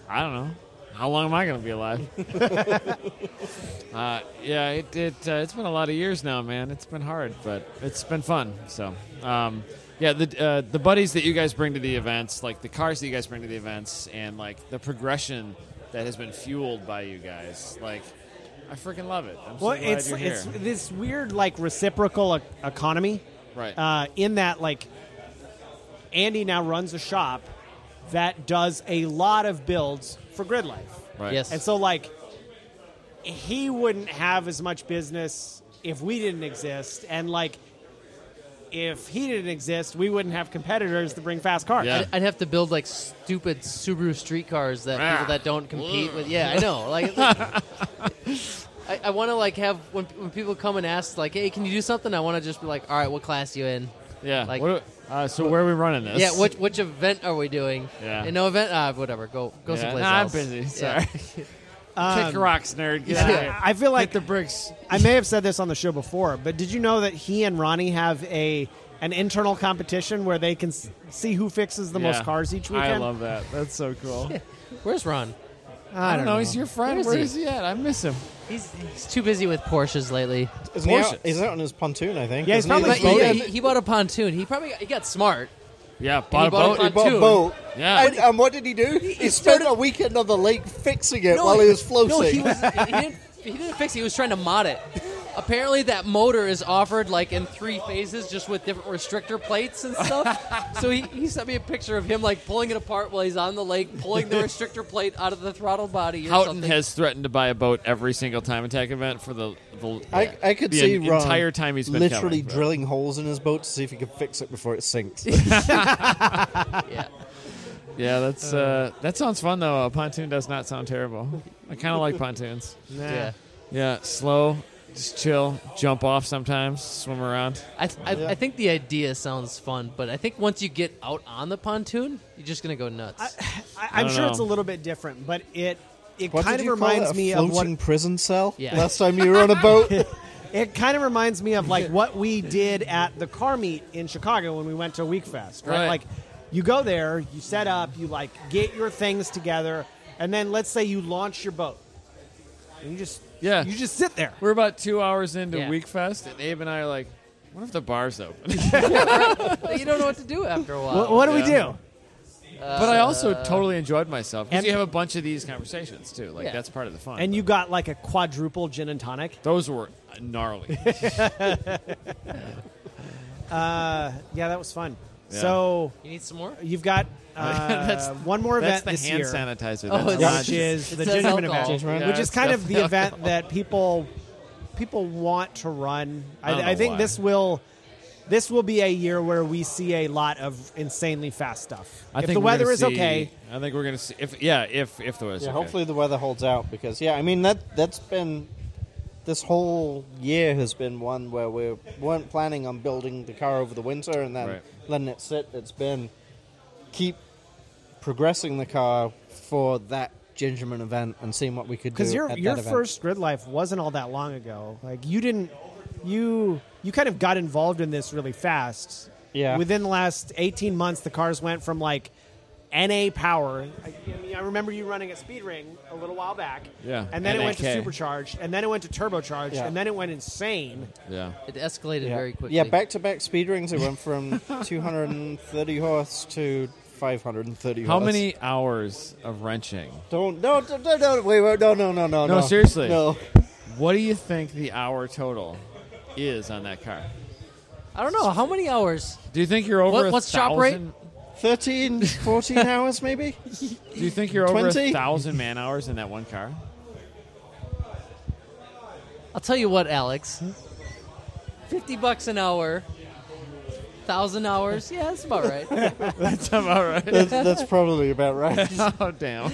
A: I don't know. How long am I going to be alive? uh, yeah, it, it, uh, it's been a lot of years now, man. It's been hard, but it's been fun. So, um, yeah, the, uh, the buddies that you guys bring to the events, like the cars that you guys bring to the events, and like the progression that has been fueled by you guys, like, I freaking love it. I'm so
B: Well,
A: glad
B: it's
A: you're here.
B: it's this weird like reciprocal e- economy.
A: right.
B: uh, in that like Andy now runs a shop that does a lot of builds for Grid Life,
A: right.
C: yes.
B: and so like he wouldn't have as much business if we didn't exist, and like if he didn't exist, we wouldn't have competitors to bring fast cars.
A: Yeah.
C: I'd, I'd have to build like stupid Subaru street cars that
A: Ah.
C: people that don't compete with. Yeah, I know. Like, it's like- I, I want to like have when when people come and ask like, "Hey, can you do something?" I want to just be like, "All right, what class you in?
A: Yeah.
C: like-
A: What- uh, so, where are we running this?
C: Yeah, which which event are we doing?
A: Yeah.
C: and no event. Ah, whatever. Go go
A: Yeah.
C: someplace
A: Nah, I'm
C: else.
A: busy.
C: Yeah.
A: Sorry.
B: Um,
A: Kick rocks, nerd. Get
C: Yeah.
A: out of here.
B: I feel like
A: Um, Hit the bricks.
B: I may have said this on the show before, but did you know that he and Ronnie have a an internal competition where they can s- see who fixes the most
A: Yeah.
B: cars each weekend?
A: I love that. That's so cool.
C: Where's Ron?
A: I don't know. He's your friend.
C: Where is
A: Where
C: he?
A: is he at? I miss him.
C: He's he's too busy with Porsches lately.
D: Isn't he out,
A: Porsches.
D: he's out on his pontoon, I think.
B: Yeah, he's
D: isn't he?
B: probably-
C: But
B: He's
C: he,
D: boating.
C: he, he bought a pontoon. He probably got, he got smart.
A: Yeah,
C: And
A: bought
C: he
A: a boat.
D: He bought a
C: pontoon.
D: boat.
A: Yeah.
D: And, and what did he do? He, spent a weekend on the lake fixing it while he was floating.
C: No, he was. He didn't, he didn't fix it. He was trying to mod it. Apparently, that motor is offered like in three phases, just with different restrictor plates and stuff. so he, he sent me a picture of him like pulling it apart while he's on the lake, pulling the restrictor plate out of the throttle body. Or
A: Houghton
C: something.
A: has threatened to buy a boat every single time attack event for the the,
D: I, I could
A: the
D: see
A: en-
D: Ron
A: entire time he's been
D: literally
A: coming, but-
D: drilling holes in his boat to see if he could fix it before it sinks.
C: yeah.
A: Yeah, that's uh, that sounds fun though. A pontoon does not sound terrible. I kind of like pontoons.
B: Nah.
C: yeah.
A: Yeah, slow, just chill, jump off sometimes, swim around.
C: I, th- I, I think the idea sounds fun, but I think once you get out on the pontoon, you're just gonna go nuts.
B: I, I'm
A: don't
B: sure it's a
A: know.
B: little bit different, but it it
D: What
B: kind
D: did
B: of
D: you call
B: reminds
D: it? A
B: me of
D: floating
B: what
D: prison cell.
C: Yeah.
D: Last time you were on a boat,
B: it kind of reminds me of like what we did at the car meet in Chicago when we went to Week Fest, right?
A: Right.
B: Like you go there, you set up, you like get your things together, and then let's say you launch your boat. And you just
A: Yeah.
B: you just sit there.
A: We're about two hours into
C: Yeah.
A: Weekfest, and Abe and I are like, "What if the bar's open?"
C: you don't know what to do after a while.
B: What, what do we
A: Uh, Yeah.
B: do?
A: but I
C: Uh,
A: also totally enjoyed myself because
B: and-
A: you have a bunch of these conversations too. Like
C: Yeah.
A: that's part of the fun.
B: And
A: but-
B: you got like a quadruple gin and tonic.
A: those were gnarly.
B: Yeah, that was fun.
A: Yeah.
B: So
C: You need some more?
B: you've got uh,
A: That's-
B: one more event
A: That's the
B: this
A: hand
B: year.
A: sanitizer.
C: Oh,
A: That's
C: it's-
A: not
B: which is
C: It
B: the
C: says
B: Gingerman
C: alcohol.
B: event,
D: Gingerman.
B: which
A: Yeah,
B: is kind
A: it's
B: of the event that people people want to run.
A: I don't
B: I, I
A: know
B: think
A: why.
B: this will this will be a year where we see a lot of insanely fast stuff.
A: I
B: if
A: think
B: the
A: we're
B: weather
A: gonna
B: is
A: see-
B: okay,
A: I think we're gonna see if yeah if if the weather's
D: yeah,
A: okay.
D: hopefully the weather holds out because yeah, I mean that that's been this whole year has been one where we weren't planning on building the car over the winter and then
A: Right.
D: letting it sit. It's been keep progressing the car for that Gingerman event and seeing what we could do.
B: because your
D: at
B: your
D: that event.
B: first grid life wasn't all that long ago. Like you didn't you you kind of got involved in this really fast.
D: Yeah.
B: Within the last eighteen months, the cars went from like NA power. I, I mean, I remember you running at Speed Ring a little while back.
A: Yeah,
B: And then it went to
A: NAK.
B: supercharged, and then it went to turbocharged,
D: Yeah.
B: and then it went insane.
A: Yeah.
C: It escalated very quickly.
D: Yeah, back to back speed rings. It went from 230 horse to 530
A: How
D: horse.
A: many hours of wrenching?
D: Don't no no no no wait, wait no no no no
A: No,
D: no
A: seriously.
D: no.
A: What do you think the hour total is on that car?
E: I don't know how many hours.
A: Do you think you're over
C: What-
A: a
C: what's chop rate?
A: thousand?
D: 13, 14 hours maybe.
A: Do you think you're over a
D: 20?
A: thousand man hours in that one car?
C: I'll tell you what, Alex. Fifty bucks an hour, thousand hours. Yeah, that's about right.
A: That's about right.
D: That's, that's probably about right.
A: oh damn.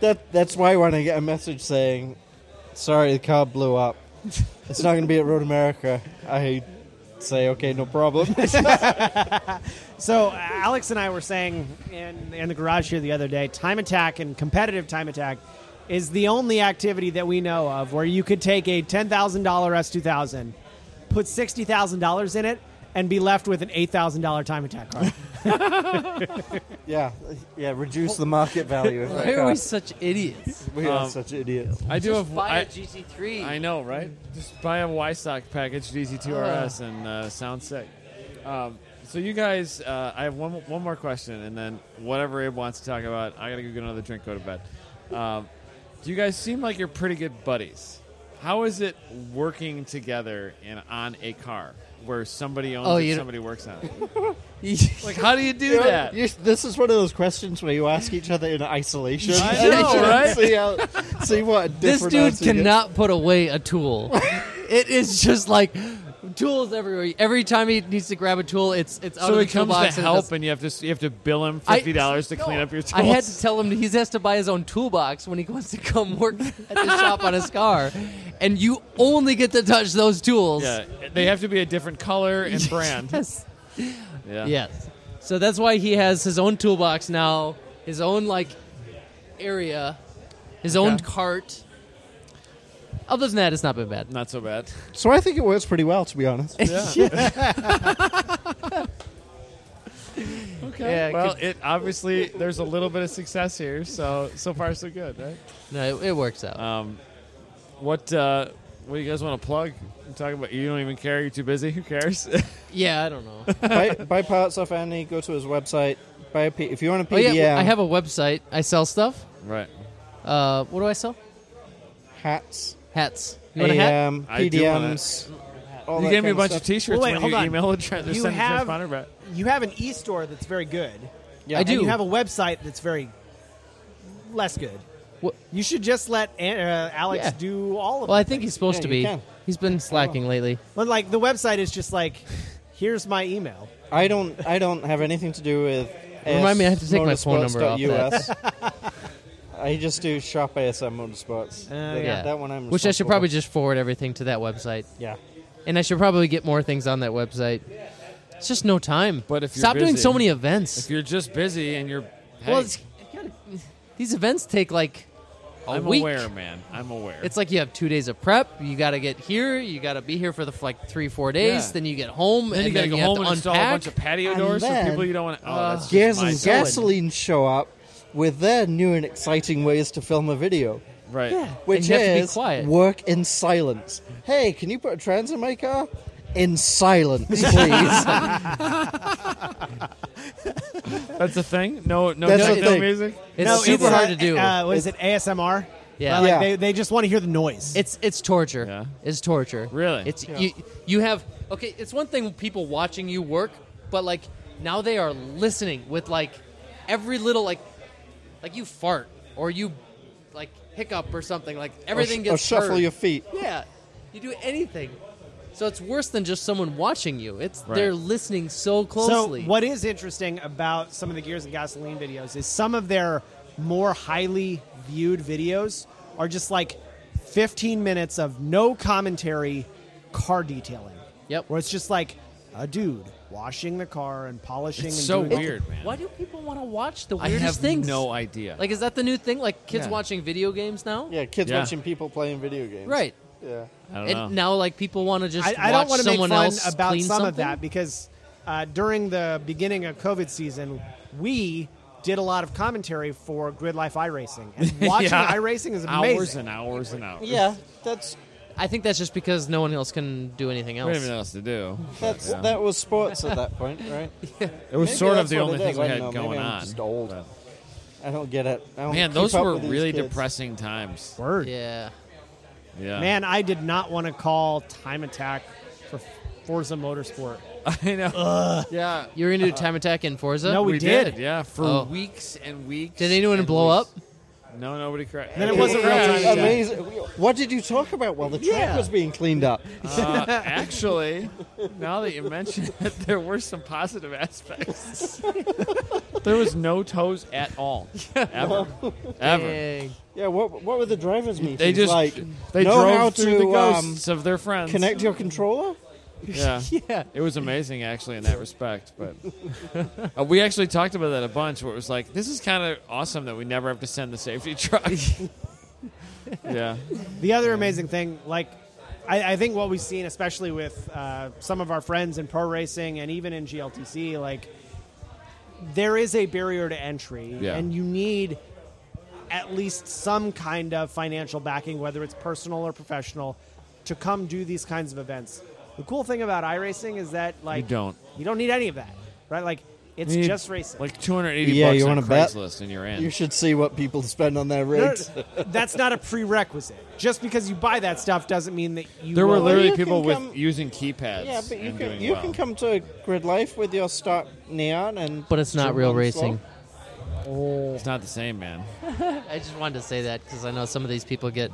D: That that's why when I get a message saying, "Sorry, the car blew up. It's not going to be at Road America," I say, "Okay, no problem."
B: So uh, Alex and I were saying in, in the garage here the other day, time attack and competitive time attack is the only activity that we know of where you could take a ten thousand dollar S two thousand, put sixty thousand dollars in it, and be left with an eight thousand dollar time attack card.
D: yeah, yeah. Reduce the market value of
C: Why
D: that
C: are
D: car.
C: we such idiots?
D: We are
A: Um,
D: such idiots.
A: I do have.
E: Buy a
A: I,
E: GT3.
A: I know, right? Just buy a YSOC package,
C: Ah.
A: DZ2RS, and uh, sound sick. Um, so you guys, uh, I have one one more question, and then whatever Abe wants to talk about, I gotta go get another drink, go to bed. Um, do you guys seem like you're pretty good buddies? How is it working together and on a car where somebody owns
C: Oh,
A: it,
C: you-
A: somebody works on it? like, how do you do that?
D: You- this is one of those questions where you ask each other in isolation.
A: I know, right?
D: see, how, see what a
C: This
D: different
C: dude
D: answer you get.
C: cannot put away a tool. it is just like tools everywhere. Every time he needs to grab a tool, it's it's out
A: so
C: of the
A: he comes to
C: toolbox and it
A: help,
C: doesn't-
A: and you have to you have to bill him
C: I-
A: fifty dollars to
C: No,
A: clean up your tools.
C: I had to tell him he has to buy his own toolbox when he wants to come work at the shop on his car, and you only get to touch those tools.
A: Yeah, they have to be a different color and brand.
C: Yes.
A: Yeah.
C: Yes. So that's why he has his own toolbox now, his own like area, his own
A: Okay.
C: cart. Other than that, it's not been bad.
A: Not so bad.
D: So I think it works pretty well, to be honest.
A: Okay.
C: Yeah,
A: well, it obviously there's a little bit of success here, so so far so good, right?
C: No, it, it works out.
A: Um, what uh, what do you guys want to plug? I'm talking about you don't even care. You're too busy. Who cares?
C: yeah, I don't know.
D: buy, buy parts off Andy. Go to his website. Buy a P- if you want a
C: oh
D: PDM.
C: yeah, well, I have a website. I sell stuff.
A: right.
C: Uh, what do I sell?
D: hats.
C: Hats. You want a hat?
D: AM,
A: I do want a-
D: PDMs. all
A: You
D: that
A: gave me a
D: kind of
A: bunch
D: stuff.
A: of T-shirts.
B: Well, wait,
A: when
B: hold
A: you
B: on.
A: email address.
B: You
A: send
B: have-
A: a responder back.
B: You have an e store that's very good.
D: Yeah.
C: I do.
B: And you have a website that's very less good.
C: What-
B: You should just let uh, Alex
C: Yeah.
B: do all of
C: Well, I
B: it.
C: think he's supposed
D: Yeah,
C: to
D: you
C: be.
D: can.
C: He's been slacking lately.
B: But like the website is just like, here's my email.
D: I don't. I don't have anything to do with.
C: Remind me, I have to take my phone number off
D: motorsports.us. I just do shop ASM Motorsports.
B: Uh,
D: That-
C: yeah.
D: that one I'm.
C: Which I should
D: responsible
C: probably just forward everything to that website,
D: for. Yeah.
C: and I should probably get more things on that website. It's just no time.
A: But if you're
C: stop doing
A: busy-
C: so many
A: If
C: events,
A: you're just busy and you're, hey,
C: well, it's, it kinda, these events take like a
A: I'm
C: week.
A: aware, man. I'm aware.
C: It's like you have two days of prep. You got to get here. You got to be here for the like three, four days.
A: Yeah.
C: Then you get home,
A: then
C: and
A: you gotta
C: then
A: go
C: you have
A: home
C: to
A: and install a
C: unpack.
A: bunch of patio
D: And
A: doors for
D: then-
A: people you don't want to. Oh, that's just
D: Gears
A: my
D: and
A: zone.
D: gasoline show up with their new and exciting ways to film a video.
A: Right.
D: which
C: you have to be
D: is
C: quiet.
D: work in silence. Hey, can you put a trans in my car? In silence, please.
A: That's a thing. No, no,
D: That's a
A: techno
D: thing.
A: music.
C: It's
B: No,
C: super
B: it's,
C: hard
B: uh,
C: to do.
B: Uh, what is it? ASMR?
C: yeah.
B: Like
D: Yeah.
B: They, they just want to hear the noise.
C: It's it's torture.
A: Yeah.
C: It's torture.
A: Really?
C: It's you you have okay, it's one thing people watching you work, but like now they are listening with like every little like like you fart or you like hiccup or something, like
D: or,
C: everything
D: sh- or
C: gets
D: shuffle
C: heard.
D: your feet.
C: Yeah. You do anything. So it's worse than just someone watching you. It's
A: Right.
C: they're listening so closely.
B: So, what is interesting about some of the Gears and Gasoline videos is some of their more highly viewed videos are just like 15 minutes of no commentary car detailing.
C: Yep.
B: Where it's just like a dude washing the car and polishing
A: It's
B: and
A: so
B: doing all-
A: weird, man.
C: Why do people want to watch the
A: I
C: weirdest
A: have
C: things?
A: no idea.
C: Like is that the new thing? Like kids
A: Yeah.
C: watching video games now?
D: Yeah, kids
A: Yeah.
D: watching people playing video games.
C: Right.
D: Yeah.
A: I don't know.
C: And now, like people want to just
B: I, I
C: watch
B: don't want to make
C: someone
B: fun
C: else
B: about
C: clean
B: some of
C: something.
B: that because uh, during the beginning of COVID season, we did a lot of commentary for Grid Life iRacing. And watching
A: Yeah.
B: iRacing is amazing.
A: hours and hours and hours.
D: Yeah, that's
C: I think that's just because no one else can do anything
A: We
C: else.
A: didn't have else to do.
D: that's
A: Yeah.
D: that was sports at that point, right?
A: It was
D: Maybe
A: sort of
D: that's
A: the
D: what
A: only
D: it
A: thing
D: is.
A: we
D: I
A: had
D: don't know. Maybe
A: going
D: I'm
A: on.
D: just old.
A: but-
D: I don't get it. I don't
A: Man,
D: keep
A: those
D: up
A: were
D: with these
A: really
D: kids.
A: depressing times.
B: Word.
C: Yeah.
A: Yeah.
B: Man, I did not want to call Time Attack for Forza Motorsport.
A: I know. Yeah.
C: You were going to do Time Attack in Forza?
B: No,
A: We,
B: We
A: did.
B: did.
A: Yeah, for
C: Oh.
A: weeks and weeks.
C: Did anyone
A: and
C: blow
A: weeks.
C: up?
A: No, nobody crashed.
B: Then it wasn't real time attack.
D: Amazing. What did you talk about while the track
B: Yeah.
D: was being cleaned up?
A: Uh, actually, now that you mention it, there were some positive aspects. there was no toes at all, ever, ever.
C: Dang.
D: Yeah, what what were the drivers meetings
A: They just
D: like?
A: they
D: know
A: drove
D: how
A: through
D: to
A: the
D: um,
A: ghosts of their friends.
D: connect your controller.
A: Yeah.
C: Yeah.
A: It was amazing, actually, in that respect. But Uh, we actually talked about that a bunch. Where it was like, this is kind of awesome that we never have to send the safety truck. yeah,
B: The other amazing thing, like, I, I think what we've seen, especially with uh, some of our friends in pro racing and even in GLTC, like, there is a barrier to entry,
A: Yeah.
B: and you need at least some kind of financial backing, whether it's personal or professional, to come do these kinds of events. The cool thing about iRacing is that, like,
A: don't.
B: you don't need any of that, right? Like, it's
A: You need,
B: just racing.
A: like 280
D: Yeah,
A: bucks
D: you
A: on
D: wanna bet?
A: Craigslist, and you're
D: You
A: in.
D: should see what people spend on their
B: No,
D: rigs.
B: no, no, that's not a prerequisite. Just because you buy that stuff doesn't mean that you.
A: There were
B: will.
A: literally
D: you can
A: people with
D: come-
A: using keypads.
D: Yeah, but you
A: and
D: can
A: doing
D: you
A: well.
D: can come to Grid Life with your stock neon and.
C: But it's not
D: jump
C: real
D: on
C: racing.
D: slow.
A: It's not the same, man.
C: I just wanted to say that because I know some of these people get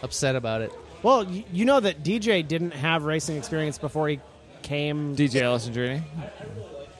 C: upset about it.
B: Well, y- you know that DJ didn't have racing experience before he came.
A: DJ Ellison Journey.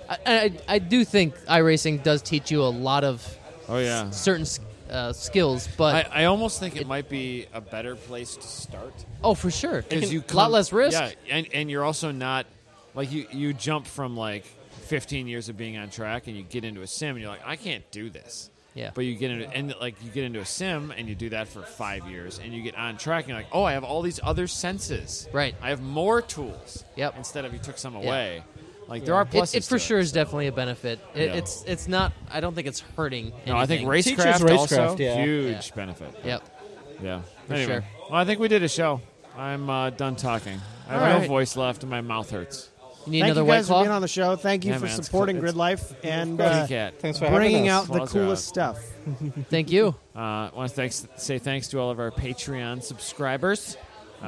C: I, I, I do think iRacing does teach you a lot of
A: Oh yeah.
C: certain s- uh, skills, but
A: I, I almost think it, might be a better place to start
C: oh, for sure,
A: because you
C: a lot
A: come-
C: less risk.
A: Yeah, and and you're also not like you you jump from like 15 years of being on track and you get into a sim and you're like I can't do this.
C: Yeah.
A: But you get into and like you get into a sim and you do that for five years and you get on track and you're like oh I have all these other senses.
C: Right.
A: I have more tools.
C: Yep.
A: Instead of you took some
C: Yeah.
A: away. Like there are pluses.
C: It, it
A: to
C: for sure is definitely a benefit. It,
A: Yeah.
C: It's it's not. I don't think it's hurting.
A: No, I think
C: anything.
A: racecraft,
D: Teaches
A: also
D: racecraft, yeah.
A: huge benefit.
C: Yep.
A: Yeah.
C: For
A: anyway.
C: sure.
A: Well, I think we did a show. I'm uh, done talking. I have
B: All
A: no
B: right.
A: voice left and my mouth hurts.
C: You need
B: Thank
C: another
B: you
C: white
B: guys for
C: claw.
B: being on the show. Thank you
A: Yeah,
B: for
A: man, it's
B: supporting
A: cool.
B: Grid Life and
A: Kitty
B: uh,
A: cat.
D: Thanks for
B: bringing
D: having us.
B: out the
A: Well, that's all right.
B: coolest stuff.
C: Thank you.
A: Uh, I want to thanks, say thanks to all of our Patreon subscribers.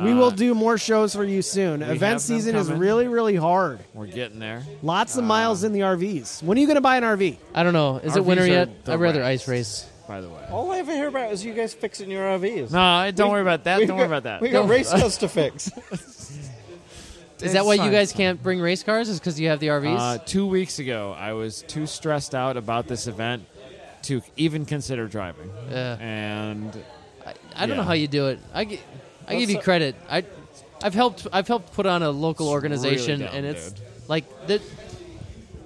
B: we
A: Uh,
B: will do more shows for you soon.
A: we
B: Event
A: have them
B: season is
A: coming. Um,
B: really, really hard.
A: We're getting there.
B: Lots of miles in the RVs. When are you going to buy an RV?
C: I don't know. Is
A: RVs
C: it winter
A: are
C: yet?
A: the
C: I'd rather
A: best.
C: ice race. Oh.
A: By the way.
D: All I ever hear about is you guys fixing your RVs.
A: No, I- don't
D: We-
A: worry about that.
D: we
A: Don't worry
D: got-
A: about that.
D: We got
C: Don't-
D: race cars to fix.
C: Is that why
A: It's
C: you
A: fine,
C: guys
A: it's fine.
C: can't bring race cars? Is because you have the RVs?
A: Uh, two weeks ago, I was too stressed out about this event to even consider driving.
C: Yeah.
A: And
C: I, I don't know
A: yeah.
C: how you do it. I, gi- I
D: Well,
C: give you
D: so-
C: credit. I I've helped I've helped put on a local
A: It's
C: organization,
A: really dumb,
C: and it's
A: dude.
C: like that.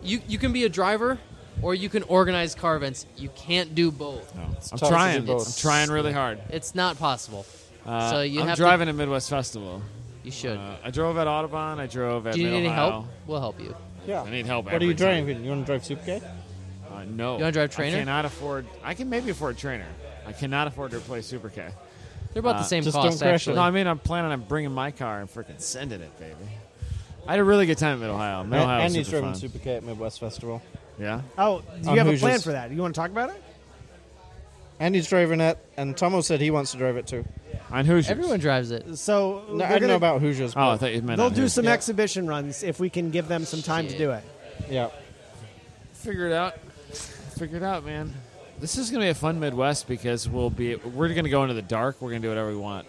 C: You you can be a driver, or you can organize car events. You can't do both.
A: no, I'm
D: tough to do
A: trying. I'm
D: both.
A: trying really hard.
C: It's not possible.
A: Uh,
C: so you
A: I'm
C: have
A: driving a Midwest Festival.
C: To, you should.
A: Uh, I drove at Audubon. I drove at.
C: do you
A: Mid
C: need any
A: Ohio.
C: help? We'll help you.
D: yeah.
A: I need help.
D: What are
A: every
D: you
A: time.
D: driving? You want to drive Super K?
A: Uh, no.
C: You wanna drive trainer?
A: I cannot afford. I can maybe afford trainer. I cannot afford to replace Super K.
C: They're about
A: Uh,
C: the same
D: just
C: cost.
D: don't crash it.
C: actually,
A: No, I mean I'm planning on bringing my car and freaking sending it, baby. I had a really good time in Mid Ohio. Mid Ohio
D: and
A: was
D: he's
A: super
D: driven
A: fun.
D: Super K at Midwest Festival.
A: Yeah.
B: Oh, do
D: On
B: you have a
D: Hoosiers.
B: plan for that? You want to talk about it?
D: And he's driving it, and Tomo said he wants to drive it too.
A: On Hoosiers.
C: everyone drives it.
B: So
D: No,
B: they're
D: I don't
B: gonna-
D: know about Hoosiers.
A: Oh, I
D: but-
A: thought you meant
B: they'll
A: on
B: do
A: Hoosiers.
B: some
D: Yeah.
B: exhibition runs if we can give them some time
C: Shit.
B: to do it.
D: yeah.
A: Figure it out. Figure it out, man. This is gonna be a fun Midwest because we'll be we're gonna go into the dark. We're gonna do whatever we want.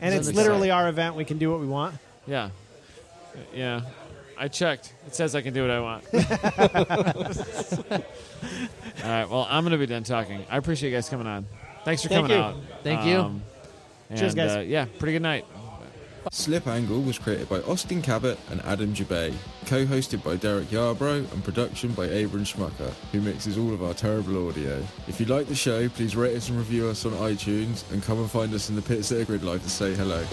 B: And
A: So
B: it's
A: excited.
B: literally our event. We can do what we want.
A: Yeah. Yeah. I checked. It says I can do what I want. All right. Well, I'm going to be done talking. I appreciate you guys coming on. Thanks for
D: Thank
A: coming
D: you.
A: out. Um,
C: Thank you.
A: And,
B: Cheers, guys.
A: Uh, yeah. Pretty good night.
F: Slip Angle was created by Austin Cabot and Adam Jabay, co-hosted by Derek Yarbrough and production by Abram Schmucker, who mixes all of our terrible audio. If you like the show, please rate us and review us on iTunes and come and find us in the pits at a grid live to say hello.